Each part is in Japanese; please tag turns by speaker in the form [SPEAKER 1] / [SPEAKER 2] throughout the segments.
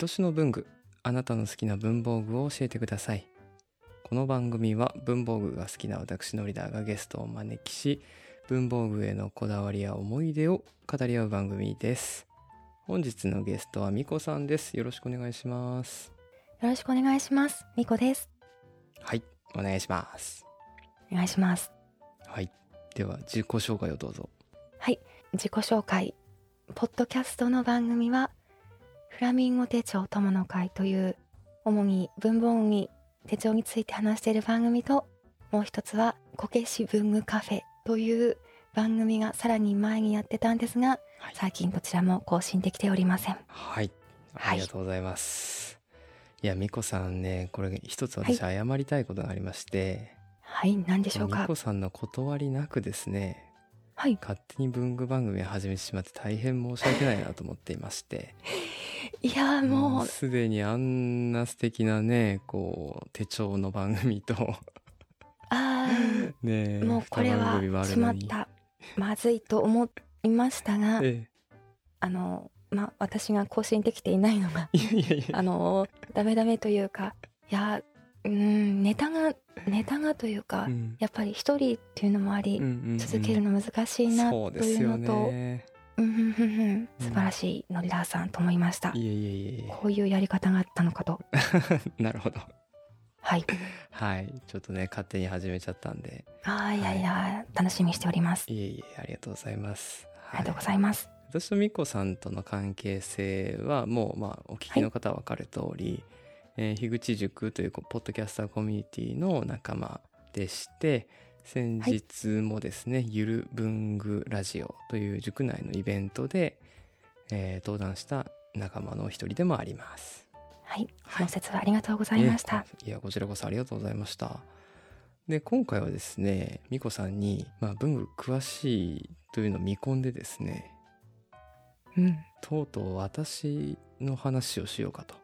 [SPEAKER 1] 愛しの文具あなたの好きな文房具を教えてくださいこの番組は文房具が好きな私のリーダーがゲストをお招きし文房具へのこだわりや思い出を語り合う番組です本日のゲストはみこさんですよろしくお願いします
[SPEAKER 2] よろしくお願いします。みこです。
[SPEAKER 1] はいお願いします
[SPEAKER 2] お願いします。
[SPEAKER 1] はいでは自己紹介をどうぞ
[SPEAKER 2] 自己紹介。ポッドキャストの番組は、フラミンゴ手帳友の会という、主に文房具に手帳について話している番組と、もう一つは、こけし文具カフェという番組がさらに前にやってたんですが、
[SPEAKER 1] はい
[SPEAKER 2] 最近どちらも更新できておりません。
[SPEAKER 1] はい。
[SPEAKER 2] は
[SPEAKER 1] あ
[SPEAKER 2] い
[SPEAKER 1] りがとうございます。い、や、みこさんね、これ一つ
[SPEAKER 2] はい
[SPEAKER 1] 私謝りたいことがありまして、
[SPEAKER 2] はい、何でしょう
[SPEAKER 1] み
[SPEAKER 2] か
[SPEAKER 1] こ。さんの断りなくですね、
[SPEAKER 2] はい。
[SPEAKER 1] 勝手に文具番組を始めてしまって大変申し訳ないなと思っていまして、
[SPEAKER 2] いやーもう、
[SPEAKER 1] すでにあんな素敵なね、こう、手帳の番組と、
[SPEAKER 2] あー、
[SPEAKER 1] ねえ、
[SPEAKER 2] もうこれ
[SPEAKER 1] 二番
[SPEAKER 2] は
[SPEAKER 1] 組もある
[SPEAKER 2] しま
[SPEAKER 1] の
[SPEAKER 2] っ
[SPEAKER 1] に。
[SPEAKER 2] た。まずいと思いましたが、
[SPEAKER 1] え
[SPEAKER 2] あの、まあ、私が更新できていない
[SPEAKER 1] 、
[SPEAKER 2] のが
[SPEAKER 1] え、いやいやいや、
[SPEAKER 2] あの、ダメダメというか、いや、うーん、ネタが、ネタがというか、
[SPEAKER 1] うん
[SPEAKER 2] やっぱり一人っていうのもあり、続ける
[SPEAKER 1] の
[SPEAKER 2] の難しいなというのと、
[SPEAKER 1] そうですよ
[SPEAKER 2] う
[SPEAKER 1] ね。
[SPEAKER 2] んふんふんふん素晴らしいノリダーさんと思いました。
[SPEAKER 1] いえいえいえい
[SPEAKER 2] こういうやり方があったのかと。
[SPEAKER 1] え、なるほど。
[SPEAKER 2] はい。
[SPEAKER 1] はい。ちょっとね、勝手に始めちゃったんで。
[SPEAKER 2] ああ、いやいや、楽しみにしております。
[SPEAKER 1] いえいえ、ありがとうございます。
[SPEAKER 2] ありがとうござ
[SPEAKER 1] はい
[SPEAKER 2] ます。
[SPEAKER 1] ます。私とみこさんとの関係性は、もう、まあ、お聞きの方は分かる通り、えー樋口塾というこポッドキャスターコミュニティの仲間でして、先日もですね、ゆる文具ラジオという塾内のイベントで、えー登壇した仲間の一人でもあります。
[SPEAKER 2] はい。
[SPEAKER 1] はい
[SPEAKER 2] その説はありがとうございました。
[SPEAKER 1] ええいや、こちらこそありがとうございました。で、今回はですね、みこさんに、まあ、文具詳しいというのを見込んでですね、
[SPEAKER 2] うん。
[SPEAKER 1] とうとう私の話をしようかと、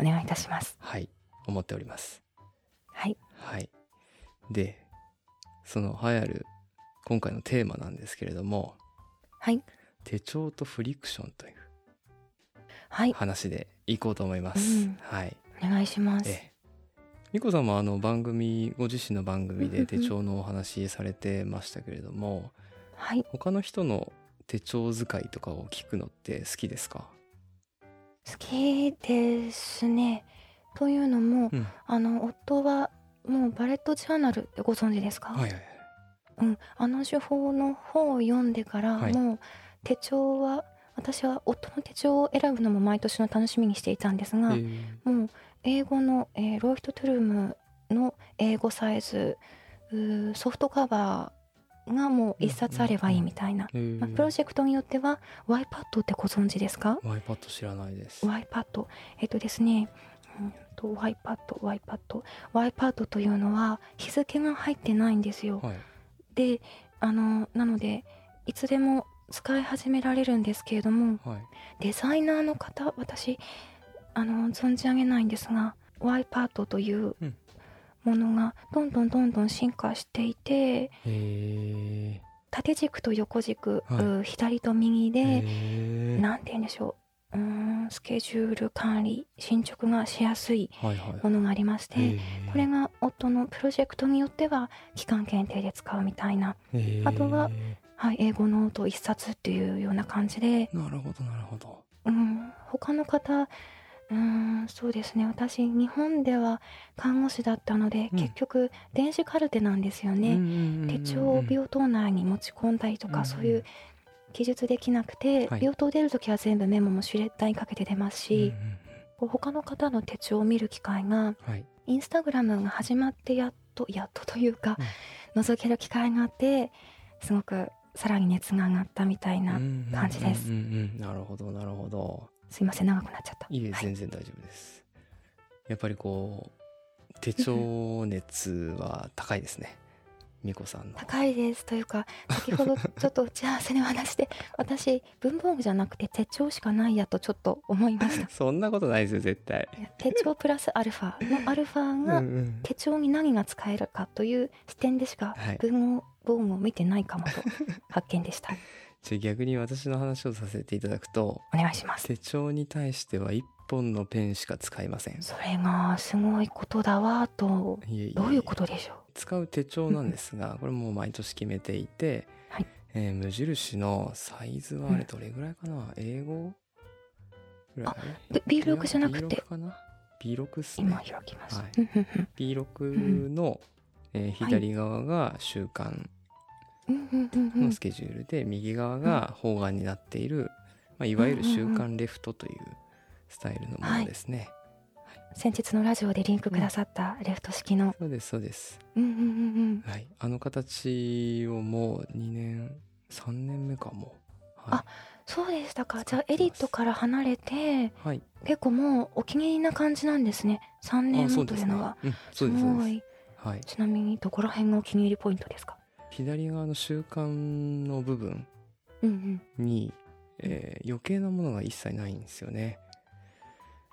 [SPEAKER 2] お願いいたします。
[SPEAKER 1] はい、思っております。
[SPEAKER 2] はい。
[SPEAKER 1] はい。で、その流行る今回のテーマなんですけれども、
[SPEAKER 2] はい。
[SPEAKER 1] 手帳とフリクションという
[SPEAKER 2] はい。
[SPEAKER 1] 話でいこうと思います。
[SPEAKER 2] うん
[SPEAKER 1] はい。
[SPEAKER 2] お願いします。
[SPEAKER 1] ええ。みこさんもあの番組ご自身の番組
[SPEAKER 2] うんうん
[SPEAKER 1] で
[SPEAKER 2] うん
[SPEAKER 1] 手帳のお話されてましたけれども
[SPEAKER 2] はい。
[SPEAKER 1] 他の人の手帳使いとかを聞くのって好きですか、
[SPEAKER 2] 好きですね。というのも、
[SPEAKER 1] うん、
[SPEAKER 2] あの夫はもうバレットジャーナルってご存知ですか、
[SPEAKER 1] はいはいはい
[SPEAKER 2] うん、あの手法の本を読んでから、
[SPEAKER 1] はい
[SPEAKER 2] もう手帳は私は夫の手帳を選ぶのも毎年の楽しみにしていたんですが、
[SPEAKER 1] え
[SPEAKER 2] もう英語の、えーロイヒトトゥルムの英語サイズうーソフトカバーがもう一冊あればいいみたいな、
[SPEAKER 1] え
[SPEAKER 2] まあ、プロジェクトによっては YPAD ってご存知ですか
[SPEAKER 1] iPad 知らないです。
[SPEAKER 2] YPAD えっとですね、うんと、YPADYPAD YPAD というのは日付が入ってないんですよ
[SPEAKER 1] はい、
[SPEAKER 2] であのなのでいつでも使い始められるんですけれども
[SPEAKER 1] はい、
[SPEAKER 2] デザイナーの方私あの存じ上げないんですが YPAD という
[SPEAKER 1] うん
[SPEAKER 2] ものがどんどんどんどん進化していて
[SPEAKER 1] え
[SPEAKER 2] 縦軸と横軸、
[SPEAKER 1] はいう
[SPEAKER 2] 左と右で、
[SPEAKER 1] え
[SPEAKER 2] なんて言うんでしょううーんスケジュール管理進捗がしやすい
[SPEAKER 1] はいはい
[SPEAKER 2] ものがありまして、
[SPEAKER 1] え
[SPEAKER 2] これが夫のプロジェクトによっては期間限定で使うみたいな、
[SPEAKER 1] え
[SPEAKER 2] あとははい、英語ノート一冊っていうような感じで、
[SPEAKER 1] なるほどなるほど。
[SPEAKER 2] うん、他の方うーんそうですね私日本では看護師だったので、
[SPEAKER 1] うん
[SPEAKER 2] 結局電子カルテなんですよね、手帳を病棟内に持ち込んだりとか、そういう記述できなくて、
[SPEAKER 1] はい
[SPEAKER 2] 病棟出る時は全部メモもシュレッダーにかけて出ます
[SPEAKER 1] うんうん
[SPEAKER 2] し、こう他の方の手帳を見る機会が
[SPEAKER 1] うんはい、
[SPEAKER 2] インスタグラムが始まってやっとやっとというか、覗ける機会があってすごくさらに熱が上がったみたいな、感じです
[SPEAKER 1] うんうんうんうんなるほどなるほど。
[SPEAKER 2] すいません長くなっちゃった
[SPEAKER 1] いいえ
[SPEAKER 2] はい
[SPEAKER 1] 全然大丈夫です、やっぱりこう手帳熱は高いですねみこさんの
[SPEAKER 2] 高いですというか先ほどちょっと打 ち合わせで話して私文房具じゃなくて手帳しかないやとちょっと思いました
[SPEAKER 1] そんなことないですよ絶対
[SPEAKER 2] いや手帳プラスアルファのアルファが
[SPEAKER 1] ん
[SPEAKER 2] 手帳に何が使えるかという視点でしか
[SPEAKER 1] はい
[SPEAKER 2] 文豪文を見てないかもと発見でした。
[SPEAKER 1] じゃあ逆に私の話をさせていただくと
[SPEAKER 2] お願いし ます
[SPEAKER 1] 手帳に対しては1本のペンしか使いません
[SPEAKER 2] それがすごいことだわと
[SPEAKER 1] いえいえ
[SPEAKER 2] どういうことでしょう
[SPEAKER 1] 使う手帳なんですがこれもう毎年決めていて、
[SPEAKER 2] はい
[SPEAKER 1] えー無印のサイズはあれどれぐらいかな、英語ぐらいかな
[SPEAKER 2] で B6 じゃなくて
[SPEAKER 1] B6 かな B6 っす
[SPEAKER 2] 今
[SPEAKER 1] ね
[SPEAKER 2] 開きます、
[SPEAKER 1] はい
[SPEAKER 2] うんうんうん
[SPEAKER 1] B6 の、えー
[SPEAKER 2] はい
[SPEAKER 1] 左側が週間
[SPEAKER 2] うんうんうんう
[SPEAKER 1] の
[SPEAKER 2] ん
[SPEAKER 1] スケジュールで、右側が方眼になっている、まあ、いわゆる週刊レフトというスタイルのものですね。
[SPEAKER 2] 先日のラジオでリンクくださったレフト式の、
[SPEAKER 1] そうですそうです。
[SPEAKER 2] うんうんうんうん、
[SPEAKER 1] はい、あの形をもう2年3年目かも。は
[SPEAKER 2] そうでしたかじゃあ
[SPEAKER 1] 使
[SPEAKER 2] エ
[SPEAKER 1] って
[SPEAKER 2] リ
[SPEAKER 1] ます
[SPEAKER 2] ットから離れて
[SPEAKER 1] い、はい、
[SPEAKER 2] 結構もうお気に入りな感じなんですね3
[SPEAKER 1] あ
[SPEAKER 2] 年
[SPEAKER 1] そ
[SPEAKER 2] も
[SPEAKER 1] う
[SPEAKER 2] と
[SPEAKER 1] で
[SPEAKER 2] い
[SPEAKER 1] す
[SPEAKER 2] う
[SPEAKER 1] ね
[SPEAKER 2] のが。
[SPEAKER 1] うん、そうですそう
[SPEAKER 2] ご
[SPEAKER 1] で
[SPEAKER 2] い
[SPEAKER 1] す。はい、
[SPEAKER 2] ちなみにどこら辺がお気に入りポイントですか
[SPEAKER 1] 左側の週刊の部分
[SPEAKER 2] うん
[SPEAKER 1] に、えー余計なものが一切ないんですよね。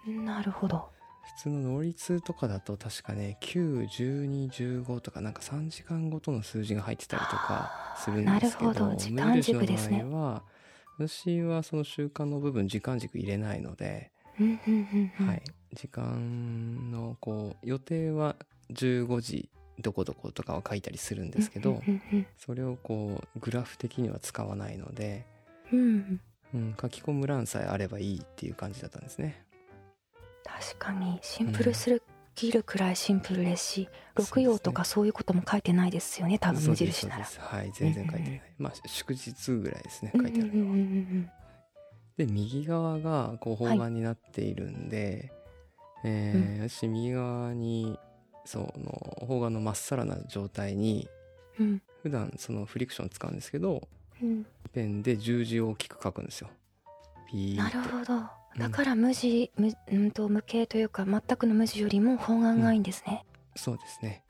[SPEAKER 2] うんなるほど
[SPEAKER 1] 普通の能率とかだと確かね91215とかなんか3時間ごとの数字が入ってたりとかするんですけど
[SPEAKER 2] あーなるほど時間軸です
[SPEAKER 1] 無印の
[SPEAKER 2] ね
[SPEAKER 1] 場合は私はその習慣の部分時間軸入れないので、
[SPEAKER 2] うんうんうんうん
[SPEAKER 1] はい、時間のこう予定は15時どこどことかは書いたりするんですけど、
[SPEAKER 2] うんうん
[SPEAKER 1] それをこうグラフ的には使わないので、
[SPEAKER 2] うんうん
[SPEAKER 1] うん、書き込む欄さえあればいいっていう感じだったんですね。
[SPEAKER 2] 確かにシンプルすぎるくらいシンプルですし六曜とかそういうことも書いてないですよね多分
[SPEAKER 1] そう
[SPEAKER 2] 無
[SPEAKER 1] です
[SPEAKER 2] 印なら
[SPEAKER 1] そうですはい全然書いてない、まあ祝日ぐらいですね書いてある
[SPEAKER 2] うんう
[SPEAKER 1] の
[SPEAKER 2] ん
[SPEAKER 1] は、
[SPEAKER 2] うんうん
[SPEAKER 1] で右側がこう方眼になっているんで、えー私右側にその方眼のまっさらな状態に
[SPEAKER 2] うん
[SPEAKER 1] 普段そのフリクション使うんですけど
[SPEAKER 2] うん
[SPEAKER 1] ペンで十字を大きく書くんですよピー
[SPEAKER 2] な
[SPEAKER 1] って
[SPEAKER 2] るほど
[SPEAKER 1] うん
[SPEAKER 2] だから無地無うんと無形というか全くの無地よりも方眼がいいんですね、
[SPEAKER 1] そうですね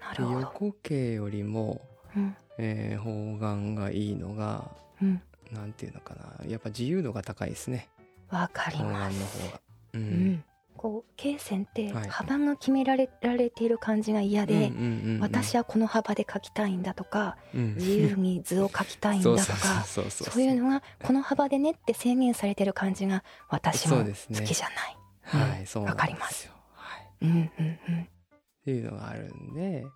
[SPEAKER 2] な
[SPEAKER 1] で
[SPEAKER 2] るほど
[SPEAKER 1] 横径よりも、
[SPEAKER 2] うん
[SPEAKER 1] えー方眼がいいのが
[SPEAKER 2] うん
[SPEAKER 1] なんていうのかなやっぱ自由度が高いですね
[SPEAKER 2] わかり
[SPEAKER 1] 方眼の
[SPEAKER 2] ま
[SPEAKER 1] 方
[SPEAKER 2] す
[SPEAKER 1] が。う
[SPEAKER 2] うんんこう罫線って
[SPEAKER 1] はい
[SPEAKER 2] 幅が決められられている感じが嫌で、
[SPEAKER 1] うんうんうんうん
[SPEAKER 2] 私はこの幅で描きたいんだとか
[SPEAKER 1] うん
[SPEAKER 2] 自由に図を描きたいんだとか
[SPEAKER 1] そうそうそう
[SPEAKER 2] そういうのがこの幅でねって制限されてる感じが私
[SPEAKER 1] そ
[SPEAKER 2] も好
[SPEAKER 1] うですね
[SPEAKER 2] きじゃない
[SPEAKER 1] はいそうなん
[SPEAKER 2] わかります
[SPEAKER 1] よ、はい、
[SPEAKER 2] う,、んうんうん
[SPEAKER 1] っていうのがあるんで、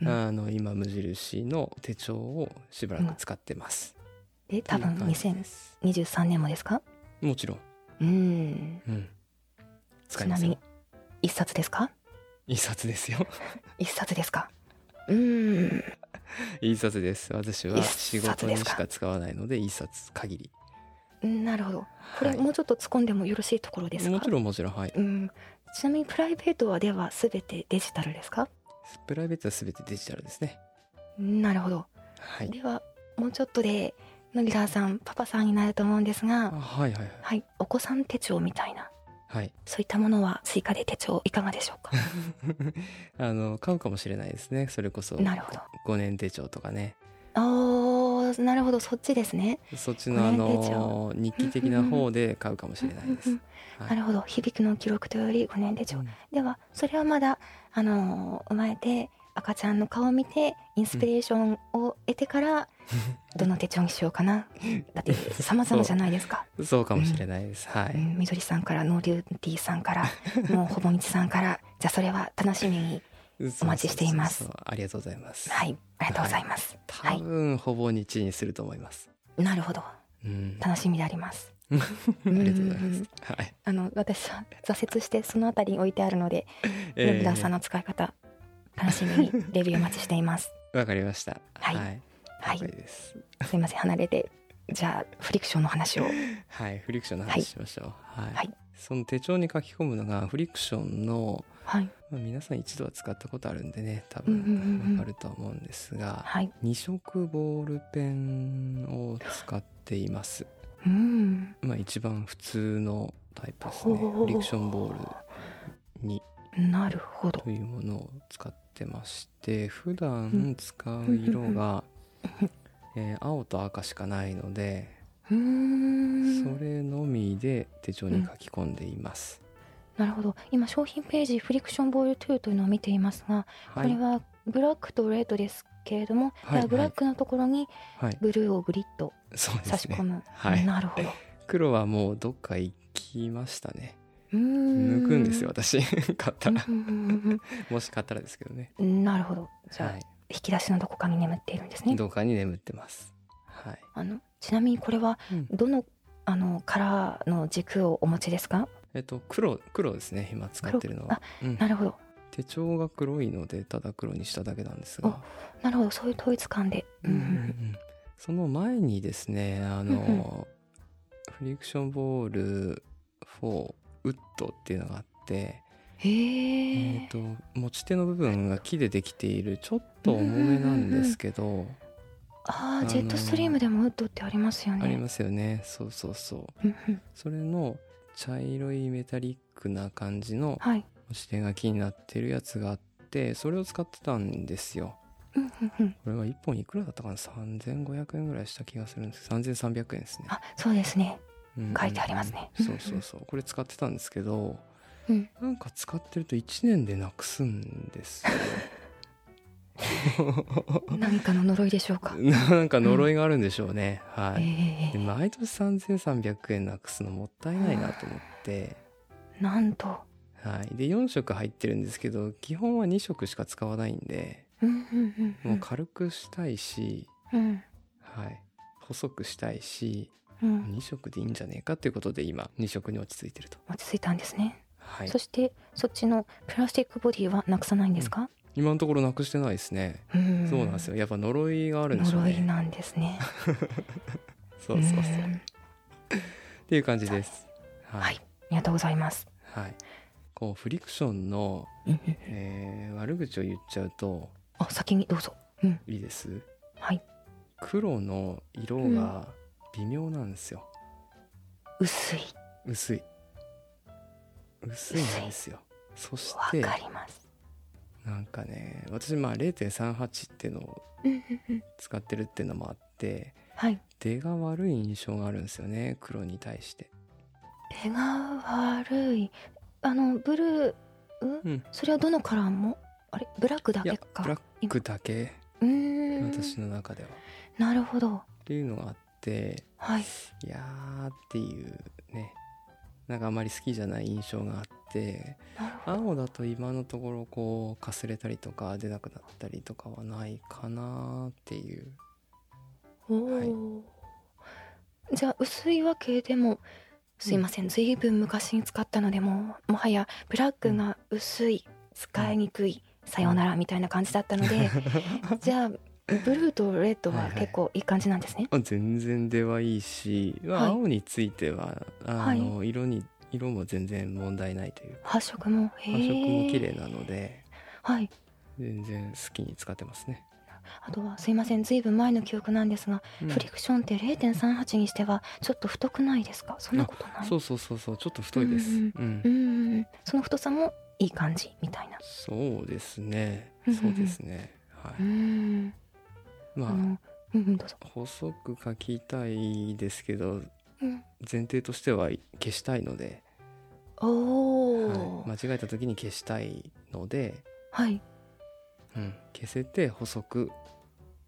[SPEAKER 2] うん
[SPEAKER 1] あの今無印の手帳をしばらく使ってます、
[SPEAKER 2] で多分
[SPEAKER 1] っていう感じです
[SPEAKER 2] 2023年もですか
[SPEAKER 1] もちろん、
[SPEAKER 2] うん
[SPEAKER 1] うん、使
[SPEAKER 2] ち
[SPEAKER 1] いま
[SPEAKER 2] な
[SPEAKER 1] す
[SPEAKER 2] み
[SPEAKER 1] よ
[SPEAKER 2] に一冊ですか
[SPEAKER 1] 一冊ですよ
[SPEAKER 2] 一冊ですかうん
[SPEAKER 1] 一冊です私は
[SPEAKER 2] 一
[SPEAKER 1] 仕
[SPEAKER 2] 冊
[SPEAKER 1] 事に
[SPEAKER 2] で
[SPEAKER 1] し
[SPEAKER 2] すか
[SPEAKER 1] か使わないので一冊限り
[SPEAKER 2] なるほどこれ
[SPEAKER 1] はい
[SPEAKER 2] もうちょっと突っ込んでもよろしいところですか、
[SPEAKER 1] もちろんもちろんはい
[SPEAKER 2] うん、ちなみにプライベートはでは全てデジタルですか
[SPEAKER 1] プライベートは全てデジタルですね
[SPEAKER 2] なるほど
[SPEAKER 1] はい
[SPEAKER 2] ではもうちょっとで野木沢さんパパさんになると思うんです
[SPEAKER 1] あ
[SPEAKER 2] が、
[SPEAKER 1] はいはいはい
[SPEAKER 2] はい、お子さん手帳みたいな
[SPEAKER 1] はい
[SPEAKER 2] そういったものは追加で手帳いかがでしょうか
[SPEAKER 1] あの買うかもしれないですねそれこそ
[SPEAKER 2] なるほど
[SPEAKER 1] 5年手帳とかね
[SPEAKER 2] あーなるほどそっちですね、
[SPEAKER 1] そっちのあ
[SPEAKER 2] 五年手
[SPEAKER 1] の日記的な方で買うかもしれないです。はい
[SPEAKER 2] なるほど響くの記録というより5年手帳、
[SPEAKER 1] うん
[SPEAKER 2] ではそれはまだあのー生まれて赤ちゃんの顔を見てインスピレーションを得 てから、どの手帳にしようかなだって様々じゃないで すか、
[SPEAKER 1] そうかもしれないです。は
[SPEAKER 2] う
[SPEAKER 1] い。
[SPEAKER 2] ん、みどりさんからノーリューティーさんからもうほぼみちさんからじゃあそれは楽し みにお待ちしていま
[SPEAKER 1] そ
[SPEAKER 2] す
[SPEAKER 1] うそうそうありがとうございます。
[SPEAKER 2] はいありがとうございます、は
[SPEAKER 1] 多
[SPEAKER 2] い、
[SPEAKER 1] 分ほぼ日にすると思います。
[SPEAKER 2] なるほど
[SPEAKER 1] うん。あ
[SPEAKER 2] 楽しみであります
[SPEAKER 1] りがとうございま
[SPEAKER 2] う
[SPEAKER 1] す
[SPEAKER 2] ん。
[SPEAKER 1] はい。
[SPEAKER 2] あの私は挫折してそのあたりに置いてあるのでレブダーさんの使い方楽しみにレビューお待ちしています
[SPEAKER 1] わかりました。
[SPEAKER 2] は い
[SPEAKER 1] はい。
[SPEAKER 2] はい
[SPEAKER 1] 了解です。
[SPEAKER 2] すいません離れてじゃあフリクションの話を
[SPEAKER 1] はい。フリクションの
[SPEAKER 2] はい
[SPEAKER 1] 話しましょう。はい。
[SPEAKER 2] はい
[SPEAKER 1] その手帳に書き込むのがフリクションの、
[SPEAKER 2] はい
[SPEAKER 1] まあ、皆さん一度は使ったことあるんでね多
[SPEAKER 2] うんうんうんう
[SPEAKER 1] 分
[SPEAKER 2] ん
[SPEAKER 1] わかると思うんですが、
[SPEAKER 2] はい
[SPEAKER 1] 二色ボールペンを使っています。
[SPEAKER 2] うん
[SPEAKER 1] まあ一番普通のタイプですね。
[SPEAKER 2] ほう
[SPEAKER 1] フリクションボールに
[SPEAKER 2] なるほど
[SPEAKER 1] というものを使ってまして、普段使う色が、えー青と赤しかないので、
[SPEAKER 2] うー
[SPEAKER 1] そ
[SPEAKER 2] ん
[SPEAKER 1] れのみで手帳に書き込んでいます。
[SPEAKER 2] なるほど今商品ページフリクションボール2というのを見ていますが、
[SPEAKER 1] はい
[SPEAKER 2] これ。はブラックとレッドですけれども、
[SPEAKER 1] はい
[SPEAKER 2] ではブラックのところに
[SPEAKER 1] はい。
[SPEAKER 2] ブルーをグリッド
[SPEAKER 1] そうで
[SPEAKER 2] 差し
[SPEAKER 1] す
[SPEAKER 2] 込
[SPEAKER 1] ね。
[SPEAKER 2] む、
[SPEAKER 1] はい
[SPEAKER 2] なるほど
[SPEAKER 1] 黒はもうどっか行きましたね。
[SPEAKER 2] うーん
[SPEAKER 1] 抜くんですよ、私。 買ったら
[SPEAKER 2] う。んうん
[SPEAKER 1] もし買ったらですけどね。
[SPEAKER 2] うんうんなるほどじゃあ、
[SPEAKER 1] はい。
[SPEAKER 2] 引き出しのどこかに眠っているんですね
[SPEAKER 1] どっかに眠ってます。はい。
[SPEAKER 2] あのちなみにこれは
[SPEAKER 1] うん
[SPEAKER 2] どのあのカラーの軸をお持ちですか
[SPEAKER 1] えっと、黒、黒ですね、今使ってるのは。うん
[SPEAKER 2] なるほど
[SPEAKER 1] 手帳が黒いので、ただ黒にしただけなんですが。
[SPEAKER 2] なるほどそういう統一感で、うんうんうん
[SPEAKER 1] その前にですねあの、フリクションボール4ウッドっていうのがあって、
[SPEAKER 2] へ
[SPEAKER 1] えー、
[SPEAKER 2] え
[SPEAKER 1] と持ち手の部分が木でできているちょっと重めなんですけど、
[SPEAKER 2] あ
[SPEAKER 1] あ
[SPEAKER 2] あ
[SPEAKER 1] の
[SPEAKER 2] ジェットストリームでもウッドってありますよね
[SPEAKER 1] ありますよねそうそうそう
[SPEAKER 2] うんうん
[SPEAKER 1] それの茶色いメタリックな感じの
[SPEAKER 2] はい
[SPEAKER 1] 持ち手が木になってるやつがあってそれを使ってたんですよ
[SPEAKER 2] うんうんうん
[SPEAKER 1] これは1本いくらだったかな3500円ぐらいした気がするんです3300円ですね
[SPEAKER 2] あそうですね
[SPEAKER 1] うん
[SPEAKER 2] 書いてありますね
[SPEAKER 1] うんうんそうそうそうこれ使ってたんですけど、
[SPEAKER 2] うん
[SPEAKER 1] なんか使ってると1年でなくすんです よ
[SPEAKER 2] 何かの呪いでしょうか、
[SPEAKER 1] なんか呪いがあるんでしょうね、はい
[SPEAKER 2] ええ
[SPEAKER 1] で毎年3300円なくすのもったいないなと思って、
[SPEAKER 2] なんと、
[SPEAKER 1] はい、で4色入ってるんですけど基本は2色しか使わないんで
[SPEAKER 2] うんうんうん
[SPEAKER 1] もう軽くしたいし、
[SPEAKER 2] うん
[SPEAKER 1] はい、細くしたいし
[SPEAKER 2] うん、
[SPEAKER 1] 2色でいいんじゃねえかということで今2色に落ち着いてると、
[SPEAKER 2] 落ち着いたんですね、
[SPEAKER 1] はい
[SPEAKER 2] そ、してそっちのプラスチックボディはなくさないんですか、
[SPEAKER 1] 今のところなくしてないですね
[SPEAKER 2] うん、
[SPEAKER 1] そうなんですよ。やっぱ呪いがあるんでしょう
[SPEAKER 2] 呪
[SPEAKER 1] ね。
[SPEAKER 2] いなんですね
[SPEAKER 1] そうそうそう。っ
[SPEAKER 2] ん
[SPEAKER 1] ていう感じです。
[SPEAKER 2] は。ありがとうございます
[SPEAKER 1] はい。こうフリクションの、えー悪口を言っちゃうと
[SPEAKER 2] あ先にどうぞ
[SPEAKER 1] いいです。
[SPEAKER 2] はい
[SPEAKER 1] 黒の色が微妙なんですよ。
[SPEAKER 2] 薄い
[SPEAKER 1] 薄い。薄いんですよ。そし
[SPEAKER 2] わ
[SPEAKER 1] て
[SPEAKER 2] かります
[SPEAKER 1] なんかね、私まあ0.38っていうのを使ってるっていうのもあって、
[SPEAKER 2] はい
[SPEAKER 1] 出が悪い印象があるんですよね。黒に対して。
[SPEAKER 2] 手が悪いあのブルー、うん
[SPEAKER 1] うん
[SPEAKER 2] それはどのカラーもあれブラックだ
[SPEAKER 1] いや
[SPEAKER 2] けか
[SPEAKER 1] ブラックだけ
[SPEAKER 2] うーん
[SPEAKER 1] 私の中では。
[SPEAKER 2] なるほど
[SPEAKER 1] っていうのがあって
[SPEAKER 2] はい
[SPEAKER 1] いやーっていうねなんかあまり好きじゃない印象があって
[SPEAKER 2] なるほ
[SPEAKER 1] 青だと今のところこうかすれたりとか出なくなったりとかはないかなーっていう
[SPEAKER 2] どおーじゃあ薄いわけでもすいません、ずいぶん昔に使ったのでもうもはやブラックが薄い、使いにくい、さようならみたいな感じだったので、じゃあブルーとレッドは結構いい感じなんですね、
[SPEAKER 1] あ全然出はいいし、まあ
[SPEAKER 2] はい
[SPEAKER 1] 青についてはあの、色に色も全然問題ないという
[SPEAKER 2] 発色もへー
[SPEAKER 1] 発色も綺麗なので
[SPEAKER 2] はい
[SPEAKER 1] 全然好きに使ってますね。
[SPEAKER 2] あとはすいませんずいぶん前の記憶なんですが、
[SPEAKER 1] うん
[SPEAKER 2] フリクションって0.38にしてはちょっと太くないですかそんなことない
[SPEAKER 1] そうそうそうそうちょっと太いです。
[SPEAKER 2] うん
[SPEAKER 1] うん
[SPEAKER 2] うーんその太さもいい感じみたいな
[SPEAKER 1] そうですね。
[SPEAKER 2] うんうん
[SPEAKER 1] そ
[SPEAKER 2] うん
[SPEAKER 1] うですね。は
[SPEAKER 2] うー
[SPEAKER 1] い。
[SPEAKER 2] んあ
[SPEAKER 1] ま
[SPEAKER 2] のうんうんどうぞ
[SPEAKER 1] あ、細く書きたいですけど、
[SPEAKER 2] うん
[SPEAKER 1] 前提としては消したいので、
[SPEAKER 2] お
[SPEAKER 1] は
[SPEAKER 2] お
[SPEAKER 1] い、間違えた時に消したいので、
[SPEAKER 2] はい
[SPEAKER 1] うん、消せて細く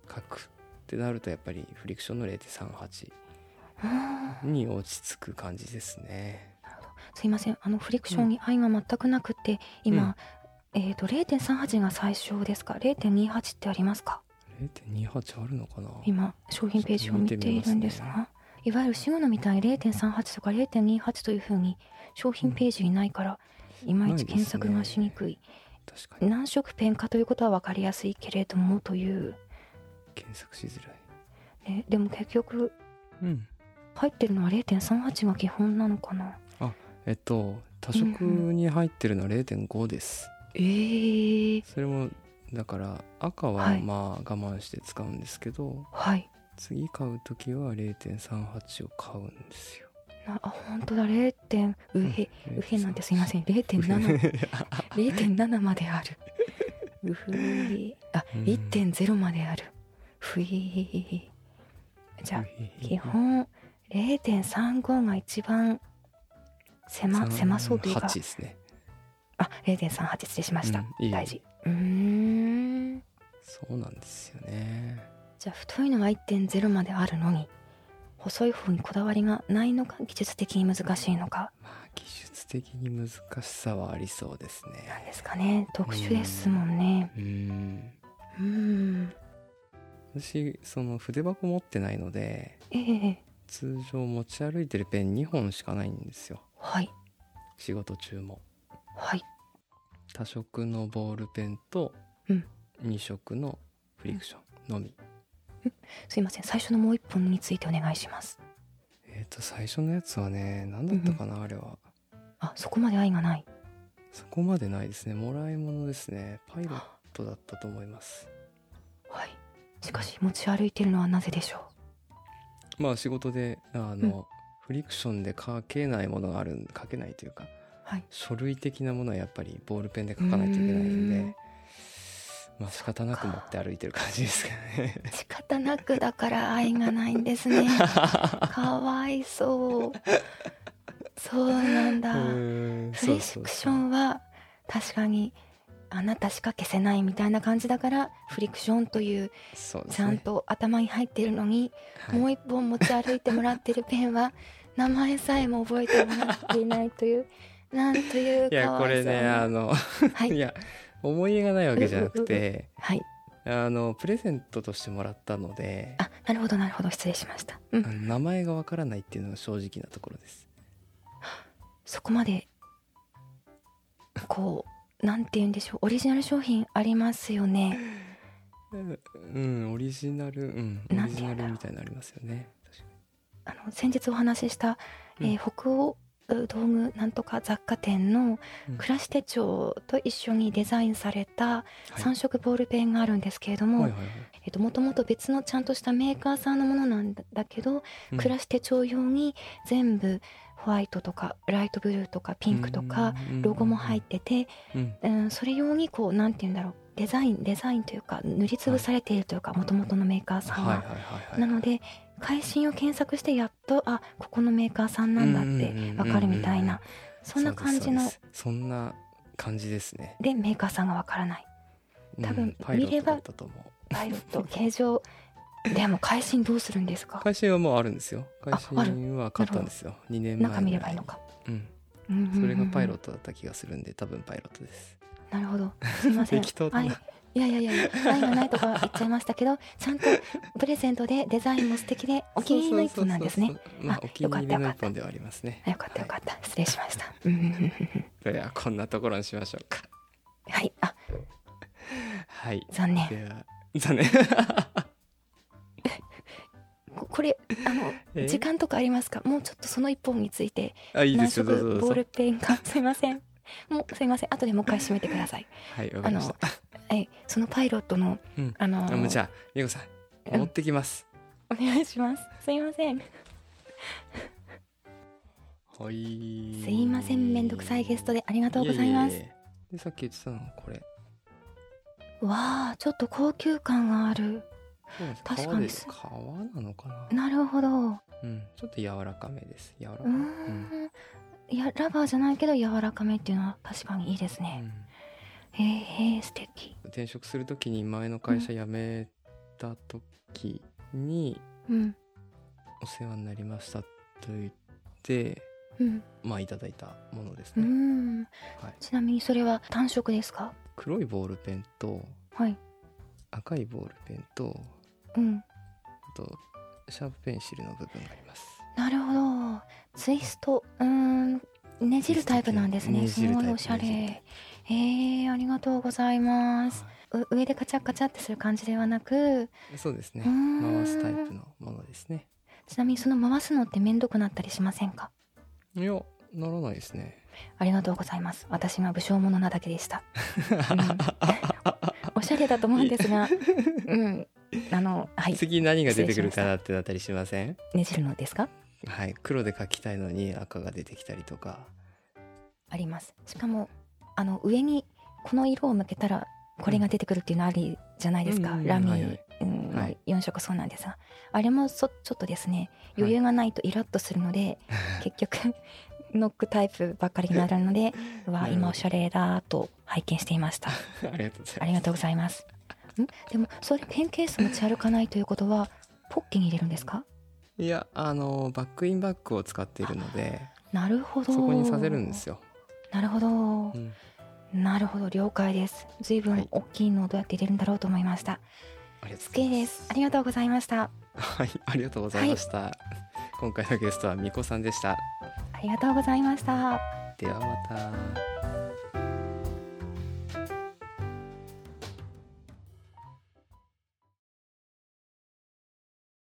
[SPEAKER 1] 書くってなるとやっぱりフリクションの0.38
[SPEAKER 2] うーん
[SPEAKER 1] に落ち着く感じですね。
[SPEAKER 2] すいませんあのフリクションに愛が全くなくって今、えっ、ー、と0.38が最小ですか0.28ってありますか
[SPEAKER 1] 0.28あるのかな。
[SPEAKER 2] 今商品ページを見ているんですが、いわゆるシグナみたいに0.38とか0.28というふうに商品ページにないから、いまいち検索がしにくい
[SPEAKER 1] 確かに
[SPEAKER 2] 何色ペンかということは分かりやすいけれどもという、
[SPEAKER 1] 検索しづらい。
[SPEAKER 2] ね、でも結局
[SPEAKER 1] うん。
[SPEAKER 2] 入ってるのは0.38が基本なのかな
[SPEAKER 1] えっと多色に入ってるのは0.5です。
[SPEAKER 2] えー、
[SPEAKER 1] それもだから赤
[SPEAKER 2] は
[SPEAKER 1] はいまあ我慢して使うんですけど、
[SPEAKER 2] はい
[SPEAKER 1] 次買う時は0.38を買うんですよ。
[SPEAKER 2] なあ本当だ0点右辺右辺なんてすいません0.7 0.7まであるうふいあ
[SPEAKER 1] うん
[SPEAKER 2] 1.0まであるふいじゃあ基
[SPEAKER 1] 基
[SPEAKER 2] 本0.35が一番狭狭そうというか
[SPEAKER 1] 8ですね。
[SPEAKER 2] あ0.38失礼しました、
[SPEAKER 1] うんいい
[SPEAKER 2] 大事うーん
[SPEAKER 1] そうなんですよね。
[SPEAKER 2] じゃあ太いのは1.0まであるのに細い方にこだわりがないのか技術的に難しいのか
[SPEAKER 1] まあ技術的に難しさはありそうです
[SPEAKER 2] なん
[SPEAKER 1] ね
[SPEAKER 2] ですかね特殊ですもんね
[SPEAKER 1] うん
[SPEAKER 2] うん
[SPEAKER 1] 私その筆箱持ってないので
[SPEAKER 2] ええ
[SPEAKER 1] 通常持ち歩いてるペン2本しかないんですよ
[SPEAKER 2] はい
[SPEAKER 1] 仕事中も
[SPEAKER 2] はい
[SPEAKER 1] 多色のボールペンと
[SPEAKER 2] うん
[SPEAKER 1] 2色のフリクションのみ、
[SPEAKER 2] すいません最初のもう一本についてお願いします
[SPEAKER 1] えっ、と最初のやつはね何だったかな、あれは
[SPEAKER 2] あそこまで愛がない
[SPEAKER 1] そこまでないですねもらい物ですねパイロットだったと思います
[SPEAKER 2] はいしかし持ち歩いてるのはなぜでしょう
[SPEAKER 1] まあ仕事であの、
[SPEAKER 2] うん
[SPEAKER 1] フリクションで書けないものがあるん書けないというか
[SPEAKER 2] はい
[SPEAKER 1] 書類的なものはやっぱりボールペンで書かないといけないんで
[SPEAKER 2] うん
[SPEAKER 1] まあ仕方なく持って歩いてる感じですかね
[SPEAKER 2] 仕方なくだから愛がないんです ねかわいそうそうなんだ、
[SPEAKER 1] うん
[SPEAKER 2] フ
[SPEAKER 1] そう
[SPEAKER 2] リ
[SPEAKER 1] そうそう
[SPEAKER 2] クションは確かにあなたしか消せないみたいな感じだからフリクションという
[SPEAKER 1] そうで
[SPEAKER 2] ち
[SPEAKER 1] す
[SPEAKER 2] ゃん
[SPEAKER 1] ね
[SPEAKER 2] と頭に入ってるのに、
[SPEAKER 1] はい
[SPEAKER 2] もう一本持ち歩いてもらってるペンは 名前さえも覚えてもらっていないという なんという
[SPEAKER 1] い
[SPEAKER 2] か
[SPEAKER 1] やこ
[SPEAKER 2] わい
[SPEAKER 1] れ
[SPEAKER 2] そう
[SPEAKER 1] ね
[SPEAKER 2] な
[SPEAKER 1] あの、、
[SPEAKER 2] はいい
[SPEAKER 1] や思い入れがないわけじゃなくて
[SPEAKER 2] はい
[SPEAKER 1] あのプレゼントとしてもらったので
[SPEAKER 2] あなるほどなるほど失礼しました、うん
[SPEAKER 1] あの名前がわからないっていうのが正直なところです
[SPEAKER 2] そこまでこうなんて言うんでしょうオリジナル商品ありますよね
[SPEAKER 1] うんオリジナルうんオ
[SPEAKER 2] な
[SPEAKER 1] リ
[SPEAKER 2] んて
[SPEAKER 1] ジ
[SPEAKER 2] 言
[SPEAKER 1] ナ
[SPEAKER 2] うんだろう
[SPEAKER 1] ルみたいなのありますよね確か
[SPEAKER 2] あの先日お話しした、えー
[SPEAKER 1] うん
[SPEAKER 2] 北欧う道具なんとか雑貨店の
[SPEAKER 1] うん
[SPEAKER 2] 暮らし手帳と一緒にデザインされた
[SPEAKER 1] に
[SPEAKER 2] 3色ボールペンがあるんですけれども、
[SPEAKER 1] はいはいはいはい
[SPEAKER 2] えっともともと別のちゃんとしたメーカーさんのものなんだけど、
[SPEAKER 1] うん
[SPEAKER 2] 暮らし手帳用に全部ホワイトとかライトブルーとかピンクとか
[SPEAKER 1] うん
[SPEAKER 2] ロゴも入ってて、
[SPEAKER 1] うん
[SPEAKER 2] うん、それ用にこうなんて言うんだろうデザインデザインというか塗りつぶされているというかもともとのメーカーさん
[SPEAKER 1] はい
[SPEAKER 2] が
[SPEAKER 1] はいはいはい
[SPEAKER 2] なので会心を検索してやっとあここのメーカーさんなんだ
[SPEAKER 1] うんうんうんうんうん
[SPEAKER 2] ってわかるみたいなそんな
[SPEAKER 1] うです
[SPEAKER 2] 感じの
[SPEAKER 1] そうですそんな感じですね
[SPEAKER 2] でメーカーさんがわからない多分
[SPEAKER 1] うんパイロ
[SPEAKER 2] 見れ
[SPEAKER 1] ット
[SPEAKER 2] ば
[SPEAKER 1] だったと思う
[SPEAKER 2] パイロット形状でも会心どうするんですか
[SPEAKER 1] 会心はもうあるんですよ会
[SPEAKER 2] ある
[SPEAKER 1] 心は買ったんですよ2年前
[SPEAKER 2] 中見ればいいのか
[SPEAKER 1] うん
[SPEAKER 2] うんうんうん
[SPEAKER 1] それがパイロットだった気がするんで多分パイロットです
[SPEAKER 2] なるほどすいませ ん
[SPEAKER 1] 適当だ
[SPEAKER 2] はい
[SPEAKER 1] ない
[SPEAKER 2] やいやいやいや愛がないとか言っちゃいましたけどちゃんとプレゼントでデザインも素敵でお気に入りの一本なんです
[SPEAKER 1] そ
[SPEAKER 2] ね
[SPEAKER 1] うそうそうそうまあ
[SPEAKER 2] あ
[SPEAKER 1] お気に入り
[SPEAKER 2] よかったよ
[SPEAKER 1] の
[SPEAKER 2] かっ
[SPEAKER 1] 一
[SPEAKER 2] た
[SPEAKER 1] 本ではありますね
[SPEAKER 2] あよかったよかった失礼しましたうんうんうんうん
[SPEAKER 1] ではこんなところにしましょうか
[SPEAKER 2] はいあ
[SPEAKER 1] はい
[SPEAKER 2] 残念
[SPEAKER 1] では残 念
[SPEAKER 2] ここれあの
[SPEAKER 1] え
[SPEAKER 2] 時間とかありますかもうちょっとその一本について
[SPEAKER 1] あいいで
[SPEAKER 2] 何
[SPEAKER 1] すよ
[SPEAKER 2] 色
[SPEAKER 1] どうぞどうぞ
[SPEAKER 2] ボールペンかすいませんもうすいません後でもう一回閉めてください
[SPEAKER 1] はいわかりました
[SPEAKER 2] はいそのパイロットの、
[SPEAKER 1] うん
[SPEAKER 2] あの
[SPEAKER 1] あもうじゃあ美子さ
[SPEAKER 2] うん
[SPEAKER 1] ん持ってきます、
[SPEAKER 2] お願いしますすいません
[SPEAKER 1] はい
[SPEAKER 2] すいませんめんどくさいゲストでありがとうございます
[SPEAKER 1] ええええでさっき言ってたのはこれ
[SPEAKER 2] わあちょっと高級感がある
[SPEAKER 1] そうなんです
[SPEAKER 2] 確かに
[SPEAKER 1] 革です皮なのかな
[SPEAKER 2] なるほど
[SPEAKER 1] うんちょっと柔らかめです柔らか
[SPEAKER 2] うー
[SPEAKER 1] め、
[SPEAKER 2] ん、いやラバーじゃないけど柔らかめっていうのは確かにいいです
[SPEAKER 1] う
[SPEAKER 2] ね、
[SPEAKER 1] ん
[SPEAKER 2] へえへえ素敵
[SPEAKER 1] 転職するときに前の会社辞めたときに
[SPEAKER 2] うん
[SPEAKER 1] お世話になりましたと言って
[SPEAKER 2] うん
[SPEAKER 1] まあいただいたものです
[SPEAKER 2] う
[SPEAKER 1] ね、
[SPEAKER 2] ん
[SPEAKER 1] はい、
[SPEAKER 2] ちなみにそれは単色ですか
[SPEAKER 1] 黒いボールペンと
[SPEAKER 2] はい
[SPEAKER 1] 赤いボールペンと
[SPEAKER 2] うん
[SPEAKER 1] あとシャープペンシルの部分があります
[SPEAKER 2] なるほどツイストうーんねじるタイプなんですね
[SPEAKER 1] ね
[SPEAKER 2] す
[SPEAKER 1] じるタ
[SPEAKER 2] ご
[SPEAKER 1] イプ
[SPEAKER 2] いおしゃれ
[SPEAKER 1] ね
[SPEAKER 2] えー、ありがとうございますう上でカチャカチャってする感じではなく
[SPEAKER 1] そうですね
[SPEAKER 2] うーん
[SPEAKER 1] 回すタイプのものですね
[SPEAKER 2] ちなみにその回すのって面倒くなったりしませんか
[SPEAKER 1] いやならないですね
[SPEAKER 2] ありがとうございます私が武将者なだけでした、うん、おしゃれだと思うんで すがうんあのはい
[SPEAKER 1] 次何が出てくるかなってなったりしません
[SPEAKER 2] ねじるのですか
[SPEAKER 1] はい黒で描きたいのに赤が出てきたりとか
[SPEAKER 2] ありますしかもあの上にこの色を向けたらこれが出てくるっていうのありじゃないですか、
[SPEAKER 1] うんうん
[SPEAKER 2] ラミ
[SPEAKER 1] はいはい
[SPEAKER 2] ーうんの
[SPEAKER 1] はい
[SPEAKER 2] 4色そうなんですがあれもそちょっとですね
[SPEAKER 1] はい
[SPEAKER 2] 余裕がないとイラッとする ので、結局ノックタイプばっかりになる のでう
[SPEAKER 1] な
[SPEAKER 2] わ
[SPEAKER 1] るほど
[SPEAKER 2] 今おしゃれだと拝見していました
[SPEAKER 1] ありがとうございます
[SPEAKER 2] ありがとうございますんでもそれペンケース持ち歩かないということはポッケに入れるんですか
[SPEAKER 1] いやあのバックインバックを使っているので
[SPEAKER 2] なるほど
[SPEAKER 1] そこにさせるんですよ、
[SPEAKER 2] なるほど、
[SPEAKER 1] うん
[SPEAKER 2] なるほど了解です随
[SPEAKER 1] は
[SPEAKER 2] 分
[SPEAKER 1] い
[SPEAKER 2] 大きいのをどうやって入れるんだろうと思いました
[SPEAKER 1] ありがとう
[SPEAKER 2] 好
[SPEAKER 1] ござい
[SPEAKER 2] き
[SPEAKER 1] ま
[SPEAKER 2] ですありがとうございました
[SPEAKER 1] はいありがとうございました、今回のゲストはみこさんでした
[SPEAKER 2] ありがとうございました
[SPEAKER 1] ではまた。